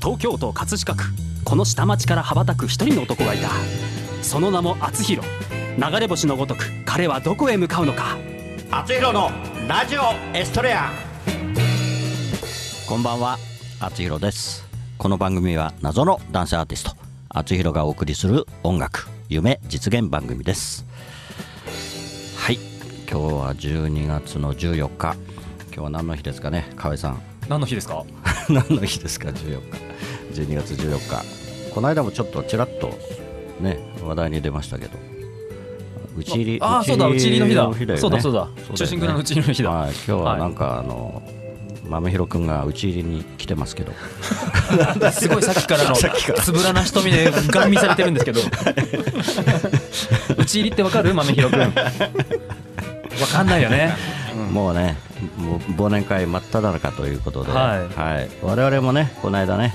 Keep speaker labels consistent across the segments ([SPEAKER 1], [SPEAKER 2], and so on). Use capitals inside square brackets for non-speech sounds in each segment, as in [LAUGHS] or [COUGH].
[SPEAKER 1] 東京都葛飾区この下町から羽ばたく一人の男がいたその名も厚弘流れ星のごとく彼はどこへ向かうのか
[SPEAKER 2] 厚弘のラジオエストレアこんばんは厚弘ですこの番組は謎のダンスアーティスト厚弘がお送りする音楽夢実現番組ですはい今日は12月の14日今日は何の日ですかね河合さん [LAUGHS]
[SPEAKER 3] 何の日ですか
[SPEAKER 2] 何の日ですか14日12月14日この間もちょっとちらっとね話題に出ましたけど打ち入り
[SPEAKER 3] ああそうだ
[SPEAKER 2] 打
[SPEAKER 3] う
[SPEAKER 2] ち
[SPEAKER 3] ち
[SPEAKER 2] 入
[SPEAKER 3] 入
[SPEAKER 2] り
[SPEAKER 3] りの日だ
[SPEAKER 2] よね
[SPEAKER 3] そうだそうだ
[SPEAKER 2] よね
[SPEAKER 3] 中心蔵のうち入りの日だ
[SPEAKER 2] はい、今日はなんか、あの豆広くんが打ち入りに来てますけど、
[SPEAKER 3] すごいさっきから
[SPEAKER 2] [LAUGHS]
[SPEAKER 3] のつぶらな瞳でガン見されてるんですけど打ち入りってわかる豆広くんわかんないよね
[SPEAKER 2] もうね、もう忘年会真っ只中ということで、
[SPEAKER 3] はい
[SPEAKER 2] はい、我々もね、この間ね、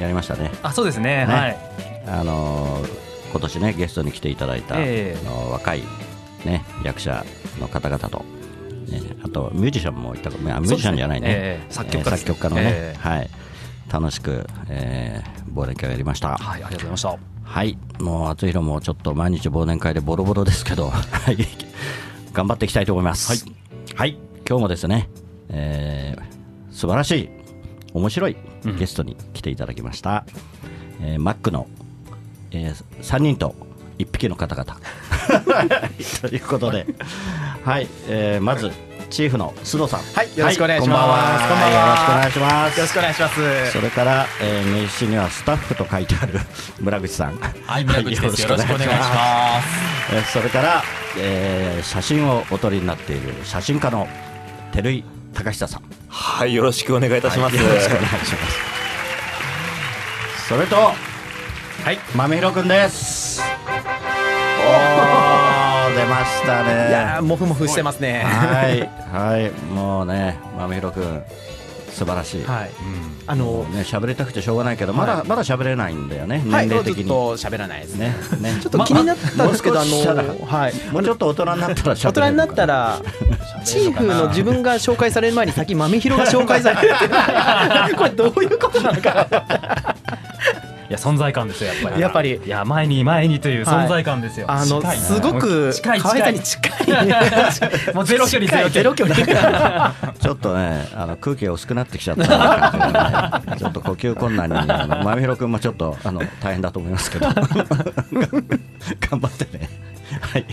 [SPEAKER 2] やりましたね、
[SPEAKER 3] あそうですね
[SPEAKER 2] ね
[SPEAKER 3] はい
[SPEAKER 2] あのー今年ね、ゲストに来ていただいた、
[SPEAKER 3] ええ
[SPEAKER 2] あの若い、ね、役者の方々と、ね、あとミュージシャンもいたか、あミュージシャンじゃないね、
[SPEAKER 3] ええ作曲家
[SPEAKER 2] え
[SPEAKER 3] で
[SPEAKER 2] ー
[SPEAKER 3] す
[SPEAKER 2] 作曲家のね、
[SPEAKER 3] ええ
[SPEAKER 2] はい、楽しく、えー忘年会をやりました。
[SPEAKER 3] はいありがとうございまし
[SPEAKER 2] はい、もう厚弘もちょっと毎日忘年会でボロボロですけど、 [LAUGHS] はい頑張っていきたいと思います。はい、今日もですね、えー素晴らしい、面白いゲストに来ていただきました。えーマックの、え3人と1匹の方 [LAUGHS] 々。ということで、はい、えーまず、チーフの須藤さん。
[SPEAKER 4] はいよろしくお願いします
[SPEAKER 2] こんばんは。
[SPEAKER 4] こんばんは
[SPEAKER 2] よろしくお願いします。
[SPEAKER 4] よろしくお願いします。
[SPEAKER 2] それから、えー名刺にはスタッフと書いてある [LAUGHS] 村口さん。
[SPEAKER 3] たはい村口ですよろしくお願いし
[SPEAKER 2] す。
[SPEAKER 3] ます
[SPEAKER 2] えーそれから、えー写真をお撮りになっている写真家の照井隆久さん。
[SPEAKER 5] はい、よろしくお願いいたします。
[SPEAKER 2] はいよろしくお願いします。それと、はい、豆広くんです。おー、出ましたね。
[SPEAKER 4] いやーもふもふしてますね。
[SPEAKER 2] はい、はい、もうね、豆広くん、素晴らしい。
[SPEAKER 4] はい。あの
[SPEAKER 2] もうね、喋りたくてしょうがないけど、まだ、まだ喋れないんだよね、
[SPEAKER 4] はい
[SPEAKER 2] 年
[SPEAKER 4] も
[SPEAKER 2] 齢
[SPEAKER 4] うずっ
[SPEAKER 2] 的に。
[SPEAKER 4] と喋らないですね。
[SPEAKER 2] ね、ね、
[SPEAKER 4] [LAUGHS] ちょっと気になったんですけど
[SPEAKER 2] ま
[SPEAKER 4] あ
[SPEAKER 2] あもう少ししたら
[SPEAKER 4] のはい。
[SPEAKER 2] もうちょっと大人になったら
[SPEAKER 4] 大
[SPEAKER 2] 喋れ
[SPEAKER 4] 人
[SPEAKER 2] る
[SPEAKER 4] に
[SPEAKER 2] の
[SPEAKER 4] な
[SPEAKER 2] か
[SPEAKER 4] ったらチーフの自分が紹介される前に先豆広が紹介されて
[SPEAKER 1] [LAUGHS]
[SPEAKER 4] るこれどういうことなのか。
[SPEAKER 3] いや存在感ですよやっぱり
[SPEAKER 4] やっぱり
[SPEAKER 3] いや前に前にという存在感ですよ
[SPEAKER 4] あの
[SPEAKER 3] 近いな
[SPEAKER 4] すごく
[SPEAKER 3] 近い
[SPEAKER 4] 河合
[SPEAKER 3] 近
[SPEAKER 4] さん
[SPEAKER 3] い
[SPEAKER 4] に近いね。
[SPEAKER 3] もうゼロ距離
[SPEAKER 4] 近い
[SPEAKER 3] ゼ
[SPEAKER 4] ゼ
[SPEAKER 3] ロ
[SPEAKER 4] ロ
[SPEAKER 3] 距
[SPEAKER 4] 距離。
[SPEAKER 2] ちょっとねあの空気が薄くなってきちゃったなって感じでねちょっと呼吸困難にあの真ろくんもちょっとあの大変だと思いますけど [LAUGHS] 頑張ってねはい、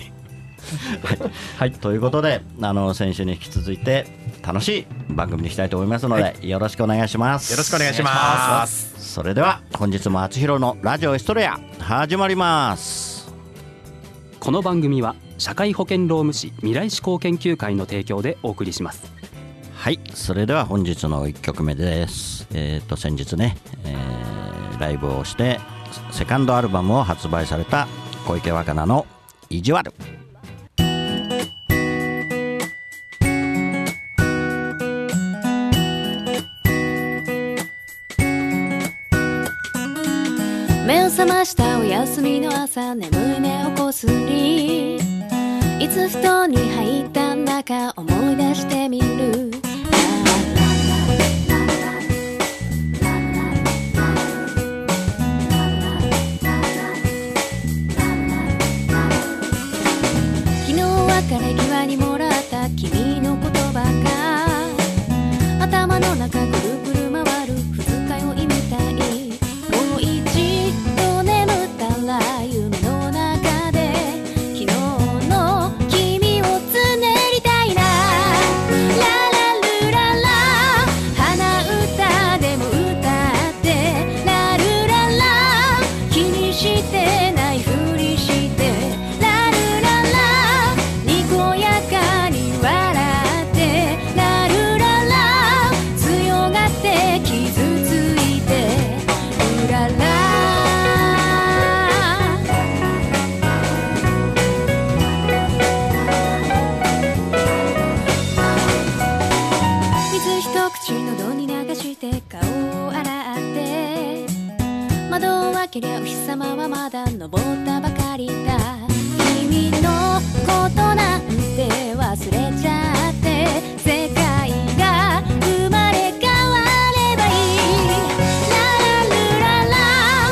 [SPEAKER 2] はいということであの先週に引き続いて楽しい番組にしたいと思いますので、よろしくお願いします
[SPEAKER 4] よろしくお願いします。
[SPEAKER 2] それでは本日も厚弘のラジオエストレア始まります
[SPEAKER 1] この番組は社会保険労務士未来志向研究会の提供でお送りします
[SPEAKER 2] はいそれでは本日の1曲目ですえっ、と先日ね、えーライブをしてセカンドアルバムを発売された小池若菜の「意地悪」
[SPEAKER 6] 目を覚ましたお休みの朝眠い目をこすりいつ布団に入ったんだか思い出してみる昨日別れ際にもらった君の言葉が頭の中ぐるぐる回る二日酔いみたいもう一度眠ったら夢の中で昨日の君をつねりたいなララルララ鼻歌でも歌ってラルララ気にしてないふりしてラルララにこやかに笑ってラルララ強がって傷ついてルララ水一口喉に流して顔を洗って窓を開けりゃお日様はまだ登ったばかりだ君のことなんて忘れちゃって世界が生まれ変わればいいララル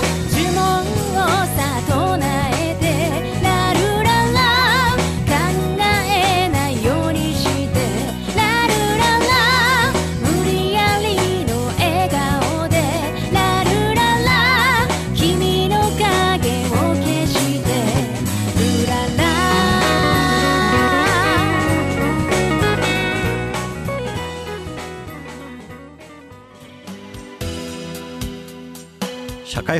[SPEAKER 2] 社会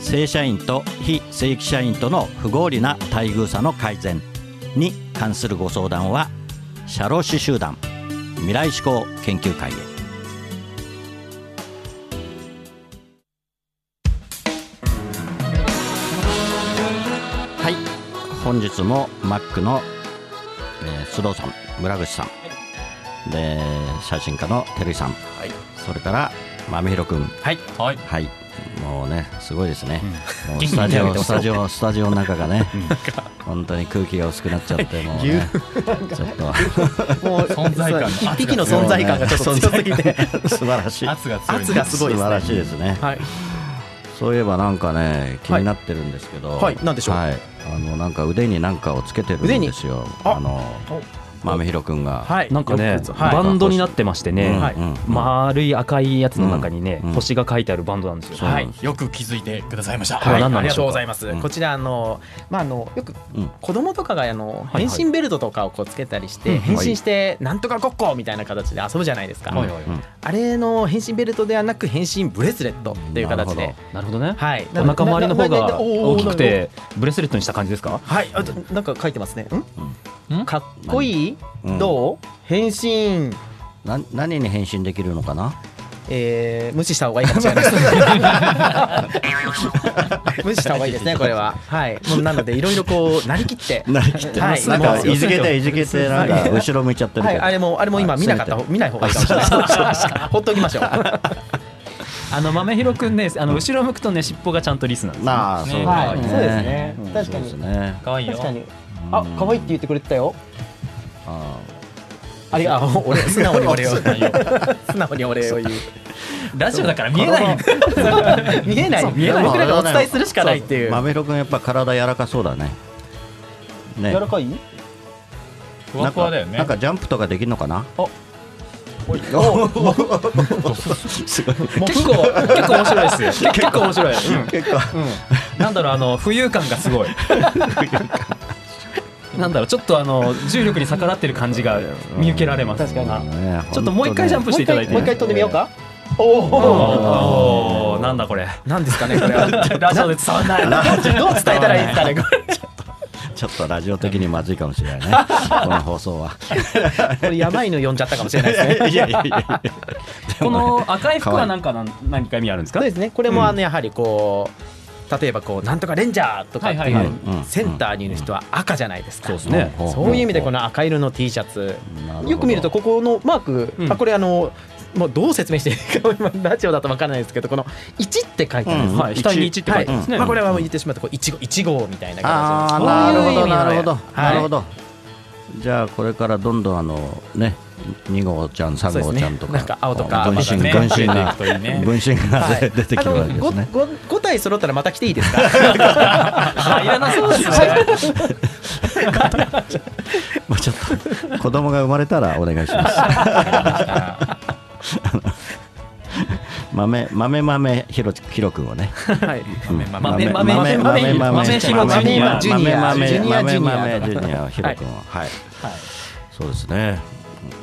[SPEAKER 2] 正社員と非正規社員との不合理な待遇差の改善に関するご相談は社労士集団未来志向研究会へはい本日もマックの、えー須藤さん村口さん、で写真家の照井さん、それから豆広君
[SPEAKER 3] はいはい
[SPEAKER 2] はい、もうね、すごいですね、も
[SPEAKER 3] 元
[SPEAKER 2] う
[SPEAKER 3] 気
[SPEAKER 2] ス
[SPEAKER 3] にな
[SPEAKER 2] タ
[SPEAKER 3] って
[SPEAKER 2] ジ
[SPEAKER 3] あげ
[SPEAKER 2] オ
[SPEAKER 3] てま
[SPEAKER 2] ス
[SPEAKER 3] すよ
[SPEAKER 2] タジオスタジオの中がね、本当に空気が薄くなっちゃって、もうね、ちょっ
[SPEAKER 4] [LAUGHS] もう
[SPEAKER 3] 存在感が
[SPEAKER 4] そう一匹の存在感がちょっと強すぎて、
[SPEAKER 2] と素晴らしい、
[SPEAKER 3] 圧が強い
[SPEAKER 4] 圧がすごいで
[SPEAKER 2] 素
[SPEAKER 4] す
[SPEAKER 2] 晴ら
[SPEAKER 4] ね。
[SPEAKER 2] しいですね、
[SPEAKER 4] はい。
[SPEAKER 2] そういえばなんかね、気になってるんですけど、
[SPEAKER 4] はいなんでしょう
[SPEAKER 2] はいあのなんか腕になんかをつけてるん
[SPEAKER 4] 腕に
[SPEAKER 2] ですよ、
[SPEAKER 4] あ
[SPEAKER 2] あの豆広君が、
[SPEAKER 4] はい。
[SPEAKER 1] なんかね、
[SPEAKER 4] はい。
[SPEAKER 1] バンドになってましてね、
[SPEAKER 2] うん
[SPEAKER 4] はい
[SPEAKER 2] うん
[SPEAKER 1] 丸い赤いやつの中にね、
[SPEAKER 2] うん
[SPEAKER 1] 星が書いてあるバンドなんですよ。
[SPEAKER 2] そうなんです
[SPEAKER 7] よく気づいてくださいました。
[SPEAKER 1] これは何な
[SPEAKER 4] あ
[SPEAKER 1] んで
[SPEAKER 4] りが
[SPEAKER 1] し
[SPEAKER 4] とう
[SPEAKER 1] ょう
[SPEAKER 4] ご
[SPEAKER 1] か
[SPEAKER 4] ざいます。
[SPEAKER 2] うん
[SPEAKER 4] こちらあのまああのよく
[SPEAKER 2] うん
[SPEAKER 4] 子供とかがあの
[SPEAKER 1] いはい
[SPEAKER 4] 変身ベルトとかをこうつけたりして変身してなんとかごっこみたいな形で遊ぶじゃないですか。
[SPEAKER 3] はいはい
[SPEAKER 2] うん
[SPEAKER 4] あれの変身ベルトではなく変身ブレスレットっていう形で。
[SPEAKER 1] なるほどね。
[SPEAKER 4] はい。
[SPEAKER 1] お腹周りの方
[SPEAKER 4] なな
[SPEAKER 1] が
[SPEAKER 4] なおー
[SPEAKER 1] 大きくてブレスレットにした感じですか？
[SPEAKER 4] はい、あとなんか書いてますね。
[SPEAKER 3] ん
[SPEAKER 4] んかっこいい、
[SPEAKER 2] うん
[SPEAKER 4] どう変身、
[SPEAKER 2] な何に変身できるのか
[SPEAKER 4] [LAUGHS]
[SPEAKER 2] な
[SPEAKER 4] えー、無視した方がいいかもしれないです。無視した方がいいですね、これは。はい、もうなので、いろいろこう、なりきって。
[SPEAKER 2] なりきって
[SPEAKER 4] は
[SPEAKER 2] ないん
[SPEAKER 4] も
[SPEAKER 2] か
[SPEAKER 4] う
[SPEAKER 2] いじけていじけてなんか後ろ向いちゃってる
[SPEAKER 4] は
[SPEAKER 2] け
[SPEAKER 4] い、
[SPEAKER 2] ど、
[SPEAKER 4] あれも、あれも今見なかった方、見ない方がいいかもしれないです。ほっときましょう。
[SPEAKER 1] あの豆広くんね、あの後ろ向くとね尻尾がちゃんとリスなんですよ。
[SPEAKER 2] まあそうだ
[SPEAKER 4] はい
[SPEAKER 2] ね、
[SPEAKER 4] そうですね
[SPEAKER 2] ん
[SPEAKER 4] 確かに
[SPEAKER 2] そうですね
[SPEAKER 3] 可愛いよ
[SPEAKER 4] 確かに。あ、可愛いって言ってくれてたよ。
[SPEAKER 2] あ
[SPEAKER 4] ありが、あ俺、素直に俺を。素直に俺を言う。
[SPEAKER 3] ラジオだから見えないんだ
[SPEAKER 4] [LAUGHS] 見えない。
[SPEAKER 2] ー
[SPEAKER 4] 見えない。僕らがお伝えするしかないってい。
[SPEAKER 2] そう豆くんやっぱ体柔らかそうだねね
[SPEAKER 4] 柔らかい。
[SPEAKER 7] ふわふわだよね。
[SPEAKER 2] なんかジャンプとかできるのかな
[SPEAKER 3] 結構結構面白いですよ [LAUGHS] 結構面白い結構なんだろうあの浮遊感がす [LAUGHS] ごいなんだろうちょっとあの重力に逆らってる感じが見受けられます
[SPEAKER 4] 確かに
[SPEAKER 3] あ
[SPEAKER 2] ね
[SPEAKER 1] ちょっともう一回ジャンプしていただいて。
[SPEAKER 4] もう一回もう一回飛んでみようか。おお。
[SPEAKER 3] おおなんだこれ
[SPEAKER 4] なんですかね、これ
[SPEAKER 1] [LAUGHS]
[SPEAKER 4] は。
[SPEAKER 3] ラジオで伝わんない
[SPEAKER 4] どう伝えたらいいですかね、これ。
[SPEAKER 2] ちょっとラジオ的にまずいかもしれない
[SPEAKER 4] [LAUGHS]
[SPEAKER 2] ねこの放送は
[SPEAKER 4] これやばいの呼んじゃったかもしれないですね。
[SPEAKER 2] いやいやいや
[SPEAKER 1] この赤い服はなんかなん何か意味あるんです
[SPEAKER 4] [LAUGHS] そう
[SPEAKER 1] か？
[SPEAKER 4] ですね。これもあのやはりこう例えばこうなんとかレンジャーとかって、
[SPEAKER 3] はいいうはいはい
[SPEAKER 2] うん
[SPEAKER 4] センターにいる人は赤じゃないですか。
[SPEAKER 1] そうですね
[SPEAKER 4] そういう意味でこの赤色の T シャツ
[SPEAKER 2] なるほど
[SPEAKER 4] よく見るとここのマーク、
[SPEAKER 1] うん
[SPEAKER 4] あこれあのもうどう説明していいか今ラジオだとわからないですけどこの1って書いてあるんです、
[SPEAKER 2] うん
[SPEAKER 1] はい。額に一って書いてますね。
[SPEAKER 4] まあ、これはもう言ってしまってこう一号一号みたいな
[SPEAKER 2] ああ
[SPEAKER 4] 感じ
[SPEAKER 2] なるほ
[SPEAKER 4] そうい
[SPEAKER 2] ど
[SPEAKER 4] う意味の
[SPEAKER 2] なるほど、なるほ
[SPEAKER 4] はい
[SPEAKER 2] どじゃあこれからどんどんあのね2号ちゃん3号ちゃんと
[SPEAKER 4] そうです
[SPEAKER 2] か,、
[SPEAKER 4] ねなんか青とか
[SPEAKER 2] 分身
[SPEAKER 4] 赤
[SPEAKER 2] 分
[SPEAKER 4] とか
[SPEAKER 2] 身が分身が
[SPEAKER 4] はい
[SPEAKER 2] 出てくるわけですね
[SPEAKER 4] あのごご五体揃ったらまた来ていいですか。
[SPEAKER 3] 入らなそうです [LAUGHS] ね
[SPEAKER 2] まあちょっと子供が生まれたらお願いします。 [LAUGHS] 豆豆豆ひろひろくんをね。
[SPEAKER 4] はい。
[SPEAKER 3] 豆豆豆
[SPEAKER 2] 豆豆
[SPEAKER 3] 豆ひろ
[SPEAKER 4] 豆
[SPEAKER 2] 豆
[SPEAKER 4] ジュニ
[SPEAKER 2] 豆
[SPEAKER 4] ア
[SPEAKER 2] 豆
[SPEAKER 4] ジュニア
[SPEAKER 2] 豆
[SPEAKER 4] ジュニア
[SPEAKER 2] 豆ジュニアひろくんをはい。そうですね。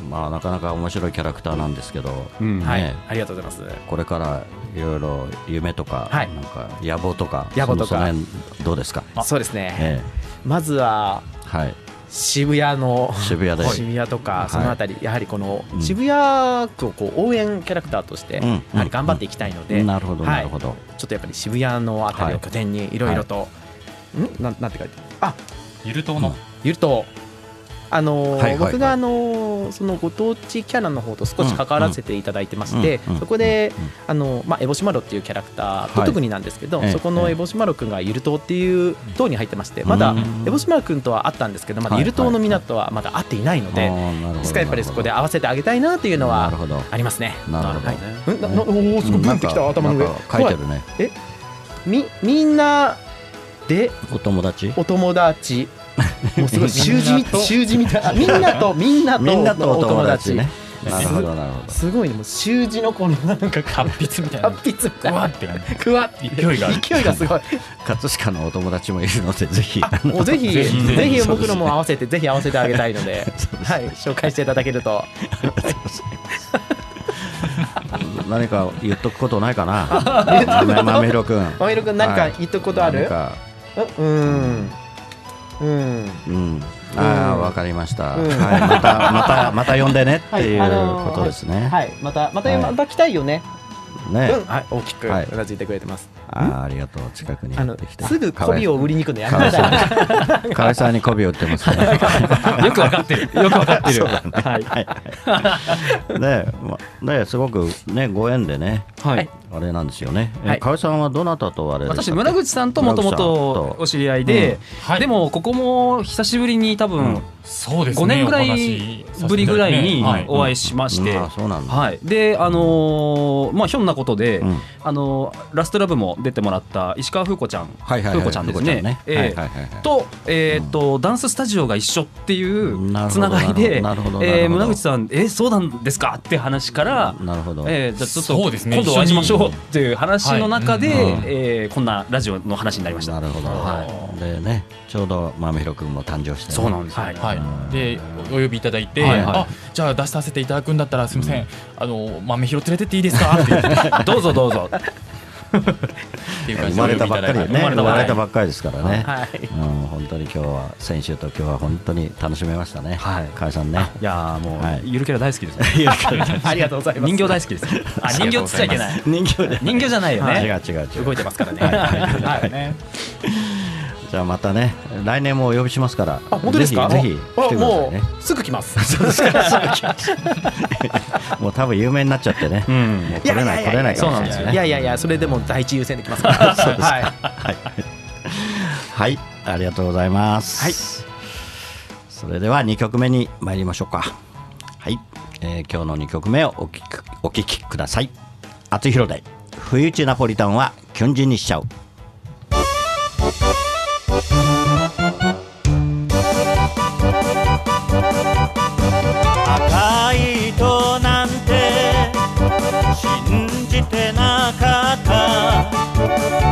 [SPEAKER 2] まあなかなか面白いキャラクターなんですけど、ね
[SPEAKER 4] はい。ありがとうございます。
[SPEAKER 2] これからいろいろ夢とか、
[SPEAKER 4] はい
[SPEAKER 2] なんか野望とか、
[SPEAKER 4] 野望とか
[SPEAKER 2] そのその辺どうですか。
[SPEAKER 4] そうですね。
[SPEAKER 2] え
[SPEAKER 4] まずは
[SPEAKER 2] えはい。
[SPEAKER 4] 渋谷の。
[SPEAKER 2] 渋谷で。
[SPEAKER 4] 渋谷と
[SPEAKER 2] は
[SPEAKER 4] か
[SPEAKER 2] い
[SPEAKER 4] そのあたり、やはりこの
[SPEAKER 2] うん
[SPEAKER 4] 渋谷区をこう応援キャラクターとして
[SPEAKER 2] うん
[SPEAKER 4] やはり頑張っていきたいので、
[SPEAKER 2] なるほど
[SPEAKER 4] はい
[SPEAKER 2] なるほど。
[SPEAKER 4] ちょっとやっぱり渋谷のあたりを拠点にいろいろと、んなんなんて書いてあるあ
[SPEAKER 7] ゆるとうの。
[SPEAKER 4] ゆるとあ
[SPEAKER 2] は
[SPEAKER 4] のー
[SPEAKER 2] いはいはい
[SPEAKER 4] 僕があのーそのご当地キャラの方と少し関わらせていただいてまして、
[SPEAKER 2] うんうん
[SPEAKER 4] そこで、
[SPEAKER 2] うんうん
[SPEAKER 4] あのーまあエボシマロっていうキャラクター
[SPEAKER 2] は
[SPEAKER 4] と
[SPEAKER 2] い
[SPEAKER 4] 特になんですけど、
[SPEAKER 2] ええ
[SPEAKER 4] そこのエボシマロくんがゆる島っていう島に入ってまして、
[SPEAKER 2] ん
[SPEAKER 4] まだ
[SPEAKER 2] うん
[SPEAKER 4] エボシマロくんとは会ったんですけど、まだ
[SPEAKER 2] はい
[SPEAKER 4] ゆる島の皆とはまだ会っていないので、ですからやっぱりそこで会わせてあげたいなというの
[SPEAKER 2] なる
[SPEAKER 4] は
[SPEAKER 2] ほど
[SPEAKER 4] ありますね。
[SPEAKER 2] なるほどね
[SPEAKER 4] はいんななおおすごいブンってきた頭の上。
[SPEAKER 2] なんか書いてあるね
[SPEAKER 4] みみんなで
[SPEAKER 2] お友達
[SPEAKER 4] お友 [LAUGHS] 達もうすごい習字み習字みたいあみんなとみんなと
[SPEAKER 2] みんなと
[SPEAKER 4] の
[SPEAKER 2] お友達ね
[SPEAKER 4] お友
[SPEAKER 2] な
[SPEAKER 4] 達
[SPEAKER 2] るほどなるほど
[SPEAKER 4] すごいねもう習字のこのなんか
[SPEAKER 7] 達筆みたいな
[SPEAKER 4] 達筆みたい
[SPEAKER 7] わ
[SPEAKER 4] な
[SPEAKER 7] ーって感じ
[SPEAKER 4] くわっ
[SPEAKER 7] 勢いがある
[SPEAKER 4] 勢いがすごい
[SPEAKER 2] 葛飾のお友達もいるので [LAUGHS] ぜひあの
[SPEAKER 4] [LAUGHS] もうぜひぜ
[SPEAKER 7] ぜひ
[SPEAKER 4] ひ僕のも合わせてぜひ合わせてあげたいの [LAUGHS] ではい紹介していただけると
[SPEAKER 2] 何か言っとくことないか
[SPEAKER 4] [LAUGHS]
[SPEAKER 2] な豆豆ひろくん
[SPEAKER 4] まみろくん何か言っとくことあ
[SPEAKER 2] 何
[SPEAKER 4] る
[SPEAKER 2] か
[SPEAKER 4] うんうん
[SPEAKER 2] うんああ
[SPEAKER 4] うん
[SPEAKER 2] わかりました
[SPEAKER 4] うん
[SPEAKER 2] はいまたまたまた呼んで
[SPEAKER 4] [LAUGHS]
[SPEAKER 2] ねってい
[SPEAKER 4] あの
[SPEAKER 2] う
[SPEAKER 4] ー
[SPEAKER 2] ことですね
[SPEAKER 4] はい、また、また、
[SPEAKER 2] はい
[SPEAKER 4] また来たいよね。
[SPEAKER 2] ね
[SPEAKER 4] うん、はい、大きく、
[SPEAKER 2] はいう
[SPEAKER 4] なずいてくれてます。
[SPEAKER 2] あーありがとう近くに
[SPEAKER 4] あ
[SPEAKER 2] やっ
[SPEAKER 4] の
[SPEAKER 2] てきて、
[SPEAKER 4] すぐ媚びを売りに行くのやめ
[SPEAKER 2] かわ
[SPEAKER 4] ないさい。
[SPEAKER 2] そうにかわいそうに媚びを売ってますね
[SPEAKER 4] [LAUGHS]
[SPEAKER 3] よくわかってるよくわか
[SPEAKER 2] [LAUGHS]
[SPEAKER 3] ってる
[SPEAKER 2] はいはいねまねすごくねご縁でね
[SPEAKER 3] はい
[SPEAKER 2] あれなんですよね
[SPEAKER 3] は
[SPEAKER 2] え
[SPEAKER 3] い
[SPEAKER 2] かわいさんはどなたとあれでしたっ
[SPEAKER 3] 私
[SPEAKER 2] け
[SPEAKER 3] 村口さんともともとお知り合いで、
[SPEAKER 7] はい
[SPEAKER 3] でもここも久しぶりに多分
[SPEAKER 7] そうです
[SPEAKER 3] 5
[SPEAKER 7] ね
[SPEAKER 3] 年ぐら
[SPEAKER 7] お話
[SPEAKER 3] い
[SPEAKER 7] しさせてただてね
[SPEAKER 3] ぶりぐらいに
[SPEAKER 7] はい
[SPEAKER 3] お会いしまして、
[SPEAKER 2] うんあそうなんだ
[SPEAKER 3] はい、であのーまあひょんなことで、
[SPEAKER 2] うん
[SPEAKER 3] あのーラストラブも出てもらった石川風子ちゃん、
[SPEAKER 2] はいはいはい
[SPEAKER 3] 風子ちゃんですねええ
[SPEAKER 2] はいはいはいはい
[SPEAKER 3] と,、えーっとダンススタジオが一緒っていう
[SPEAKER 2] なるほ
[SPEAKER 3] つ
[SPEAKER 2] ど
[SPEAKER 3] ながりで、え
[SPEAKER 2] なるほどなるほど
[SPEAKER 3] ー村口さんえーそうなんですかって話から、
[SPEAKER 2] なるほど、
[SPEAKER 3] えーじゃあちょっと
[SPEAKER 7] そうですね
[SPEAKER 3] 今度お会いしましょうっていう話の中で、
[SPEAKER 2] 一緒にはい
[SPEAKER 3] えーこんなラジオの話になりました。
[SPEAKER 2] なるほど、
[SPEAKER 3] は
[SPEAKER 2] でねちょうどまめひろくんも誕生してね、
[SPEAKER 3] そうなんですよ、
[SPEAKER 7] はい、でおお呼びいただいて、
[SPEAKER 3] はいはい
[SPEAKER 7] あじゃあ出させていただくんだったらすみません、あの豆拾連れてっていいですかっていうどうぞどうぞっていう
[SPEAKER 2] 生
[SPEAKER 7] 感じでお
[SPEAKER 2] ま
[SPEAKER 7] 呼び
[SPEAKER 2] れ
[SPEAKER 7] いた
[SPEAKER 2] た
[SPEAKER 7] だ
[SPEAKER 2] ばっか
[SPEAKER 7] いて
[SPEAKER 2] りね生まれたばっかりですからね、
[SPEAKER 4] はい。
[SPEAKER 2] うん、本当に今日は先週と今日は本当に楽しめましたね、
[SPEAKER 3] はい
[SPEAKER 2] 河合さんね
[SPEAKER 3] いやーもう、
[SPEAKER 2] はい
[SPEAKER 3] ゆるキャラ大好きです、
[SPEAKER 4] ありがとうございます。
[SPEAKER 3] 人形大好きです。あ人形つっちゃいけない。
[SPEAKER 2] 人形で
[SPEAKER 3] 人形じゃないよ
[SPEAKER 2] 違
[SPEAKER 3] ね。
[SPEAKER 2] う違う違う
[SPEAKER 4] 動いてますから [LAUGHS] ね。
[SPEAKER 7] はいね
[SPEAKER 2] じゃあまたね来年もお呼びしますから
[SPEAKER 4] あ、本当ですか。
[SPEAKER 2] ぜひぜひ来て
[SPEAKER 4] あ
[SPEAKER 2] ください
[SPEAKER 4] も
[SPEAKER 2] ね
[SPEAKER 4] う、すぐ来ます。
[SPEAKER 2] [LAUGHS] もう多分有名になっちゃってね、
[SPEAKER 3] ん
[SPEAKER 2] もう来れない来れないか
[SPEAKER 3] そう
[SPEAKER 2] も
[SPEAKER 3] な
[SPEAKER 2] し
[SPEAKER 3] ん
[SPEAKER 2] れ
[SPEAKER 3] ですよね
[SPEAKER 2] ない
[SPEAKER 4] いやいやいや、それでも第一優先で来ま
[SPEAKER 2] [LAUGHS]
[SPEAKER 4] すから。はい。
[SPEAKER 2] はい、ありがとうございます。それでは2曲目に参りましょうか。はい、えー今日の2曲目をお聞きお聞きください。厚弘で冬打ちナポリタンはキュンジにしちゃう。
[SPEAKER 8] 赤い糸なんて信じてなかった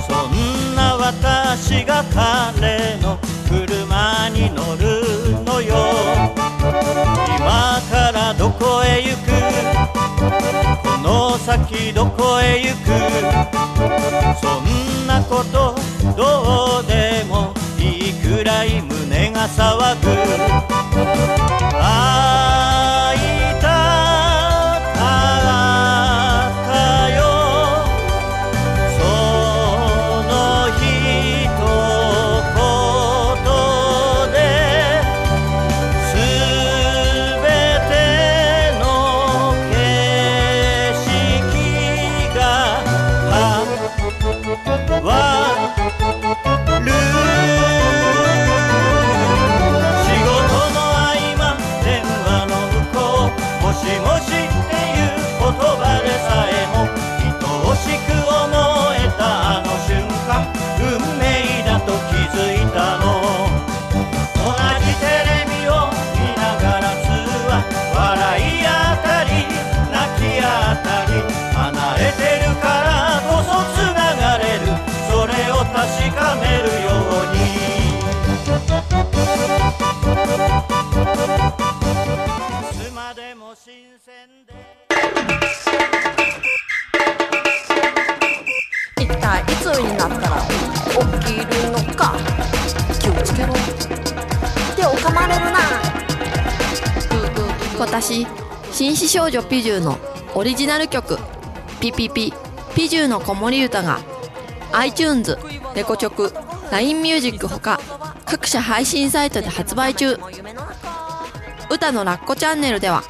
[SPEAKER 8] そんな私が彼の車に乗るのよ今からどこへ行くこの先どこへ行くそんなことどうでもいいくらい胸が騒ぐ「あいたからかよ」「そのひと言ですべての景色が変わる」仕事の合間電話の向こうもしもしっていう言葉でさえも愛おしく思えたあの瞬間運命だと気づいたの同じテレビを見ながら通話笑いあったり泣きあったり離れてるからこそつながれるそれを確かめるようにいつまでも新鮮で
[SPEAKER 9] 一体いつになったら起きるのか気をつけろ手を噛まれるな私紳士少女ピジューのオリジナル曲「ピピピピジューの子守歌」が iTunes レコチョク LINEMUSIC ほか各社配信サイトで発売中歌のラッコチャンネルでは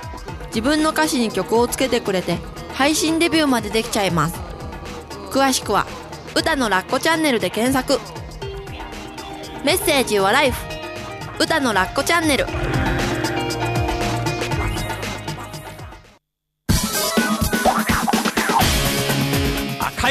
[SPEAKER 9] 自分の歌詞に曲をつけてくれて配信デビューまでできちゃいます詳しくは歌のラッコチャンネルで検索メッセージはライフ歌のラッコチャンネル
[SPEAKER 2] 赤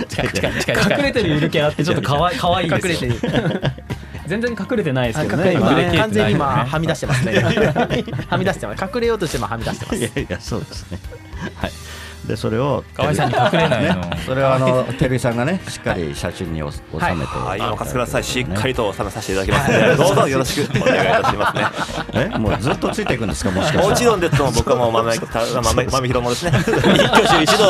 [SPEAKER 7] 近い近い近い
[SPEAKER 1] 隠れてるゆるキャラってちょっとか
[SPEAKER 4] [LAUGHS]
[SPEAKER 1] わいかわいい
[SPEAKER 4] 隠
[SPEAKER 1] です
[SPEAKER 4] れ
[SPEAKER 1] よ
[SPEAKER 4] てる、
[SPEAKER 1] 全然隠れてないですけど
[SPEAKER 4] 隠
[SPEAKER 1] ね
[SPEAKER 4] れ
[SPEAKER 1] 今
[SPEAKER 4] 今
[SPEAKER 1] ね
[SPEAKER 7] ね
[SPEAKER 4] 完全に今はみ出してますね。 [LAUGHS] はみ出してます、隠れようとしてもはみ出してま
[SPEAKER 2] い
[SPEAKER 4] す。
[SPEAKER 2] やいやそうですね。はい。でそれを
[SPEAKER 7] 河合さんに隠れないの、
[SPEAKER 2] それはあの照井さんがねしっかり写真にお収めて、
[SPEAKER 5] はい、お任せください。しっか
[SPEAKER 2] り
[SPEAKER 5] りと収めさせていただき [LAUGHS] ますので、どうぞよろしくお願いいたしますね。 [LAUGHS]
[SPEAKER 2] えもうずっとついていくんですかもしかして
[SPEAKER 5] もちろんですとも僕はもう豆た豆豆広もですね。 [LAUGHS] 一挙手一動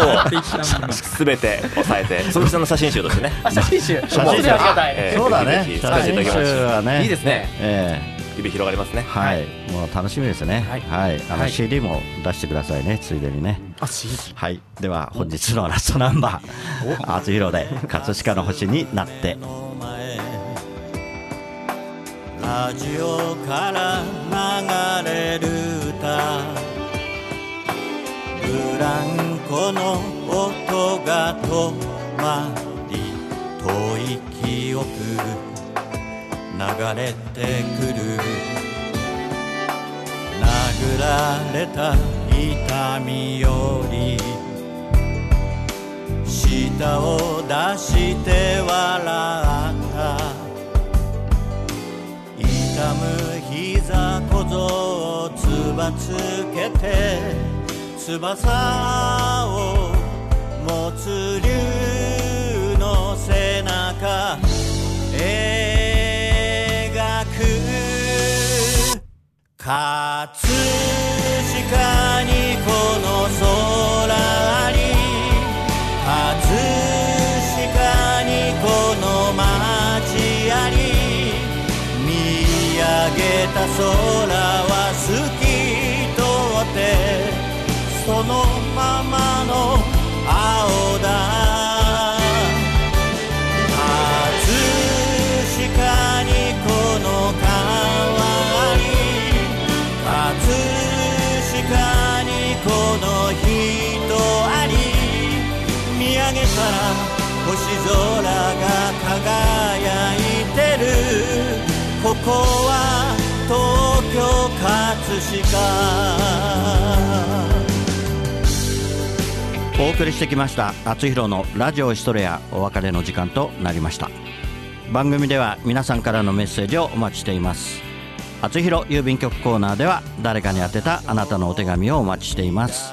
[SPEAKER 5] をすべて押さえて、その下の写真集としてね。
[SPEAKER 4] あ写真集、写
[SPEAKER 5] 真集
[SPEAKER 4] ありがたい。
[SPEAKER 5] え
[SPEAKER 2] そうだね
[SPEAKER 5] ぜひ使わせていただきま
[SPEAKER 2] 写真集はね
[SPEAKER 5] す。
[SPEAKER 2] え
[SPEAKER 4] いいですね。
[SPEAKER 2] え
[SPEAKER 5] 指広がりますね
[SPEAKER 2] え。はい、もう楽しみですねは、
[SPEAKER 4] はいい
[SPEAKER 2] あの
[SPEAKER 4] はい
[SPEAKER 2] CD も出してくださいねついでにね
[SPEAKER 4] あ、し
[SPEAKER 2] はいでは本日のラストナンバー「あつひろ」で「葛飾の星になって
[SPEAKER 8] の前ラジオから流れる歌ブランコの音が止まり遠い記憶流れてくる殴られた痛みより舌を出して笑った痛む膝小僧をつばつけて翼を持つ竜の背中描
[SPEAKER 2] 葛飾にこの空あり葛飾にこの街あり見上げた空は透き通ってそのままの青だ「葛飾にこの川あり」「葛飾にこの人あり」「見上げたら星空が輝いてる」「ここは東京葛飾」
[SPEAKER 10] お送りしてきました「あつひろのラジオヒストレア」お別れの時間となりました番組では皆さんからのメッセージをお待ちしていますあつひろ郵便局コーナーでは誰かに宛てたあなたのお手紙をお待ちしています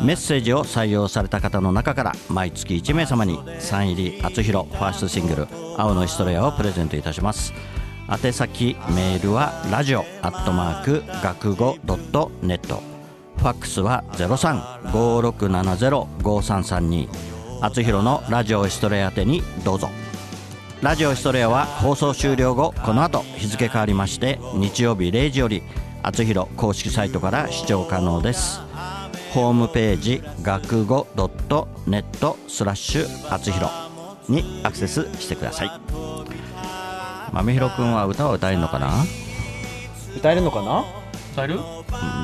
[SPEAKER 10] メッセージを採用された方の中から毎月1名様にサイン入りあつひろファーストシングル「青のヒストレア」をプレゼントいたします宛先メールはラジオアットマーク学語ドットネットファックスは0356705332あつひろのラジオヒストレア宛てにどうぞラジオヒストレアは放送終了後この後日付変わりまして日曜日0時よりあつひろ公式サイトから視聴可能ですホームページ学語 .net スラッシュあつひろにアクセスしてください豆ろくんは歌は歌えるのかな
[SPEAKER 4] 歌えるのかな
[SPEAKER 7] 歌える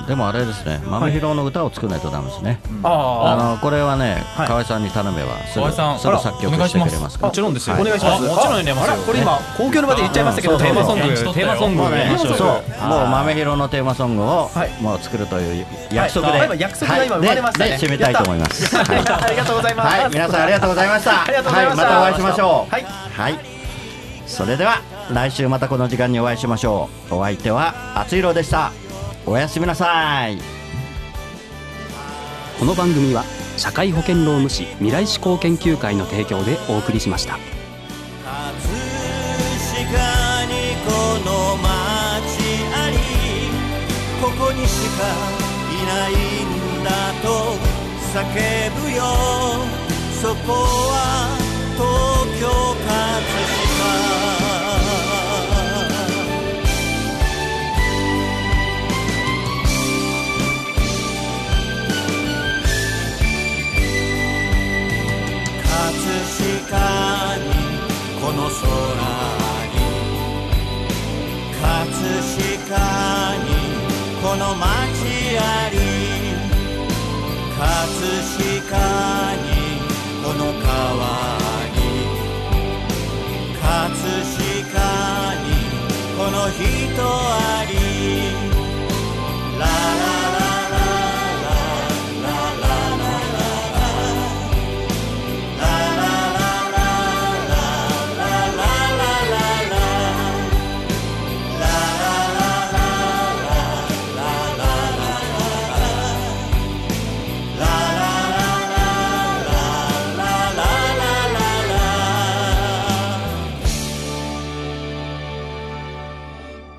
[SPEAKER 10] でもあれですね、豆ひろの歌を作らないとダメですね。
[SPEAKER 7] あ
[SPEAKER 10] あのこれはね、河合さんに頼めばすぐ
[SPEAKER 7] 河合さん
[SPEAKER 10] すぐ作曲してくれます
[SPEAKER 7] あ
[SPEAKER 10] か
[SPEAKER 7] もちろんですよ
[SPEAKER 10] はい
[SPEAKER 4] お願いします
[SPEAKER 7] あもちろん入れますよ
[SPEAKER 4] あらこれ今公共の場で言っちゃいましたけど
[SPEAKER 7] テーマソング
[SPEAKER 4] テーマソング
[SPEAKER 7] テーマソング
[SPEAKER 10] もうね、そう
[SPEAKER 4] そう
[SPEAKER 10] もう豆ひろのテーマソングを
[SPEAKER 4] はい
[SPEAKER 10] もう作るという約束
[SPEAKER 4] はいあ
[SPEAKER 10] で、
[SPEAKER 4] 今約束が今生まれましたね
[SPEAKER 10] はいでで締めたいと思います。はい
[SPEAKER 4] ありがとうございます、 [LAUGHS]
[SPEAKER 10] はい、皆さんありがとうございました。
[SPEAKER 4] ありがとうございました
[SPEAKER 10] はい、またお会いしましょう。
[SPEAKER 4] はい
[SPEAKER 10] はいそれでは来週またこの時間にお会いしましょう。お相手はあつひろでした。おやすみなさい。
[SPEAKER 1] この番組は社会保険労務士未来志向研究会の提供でお送りしました
[SPEAKER 2] 葛飾にこの街ありここにしかいないんだと叫ぶよそこは東京葛飾葛飾にこの空に葛飾にこの街あり葛飾にこの川に葛飾にこの人ありララララララララ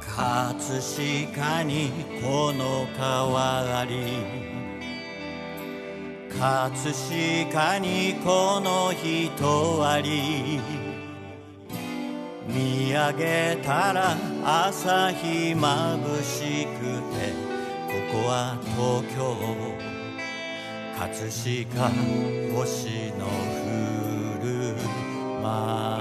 [SPEAKER 2] 葛飾にこの川あり葛飾にこの人あり見上げたら朝日まぶしくてここは東京葛飾星の降る街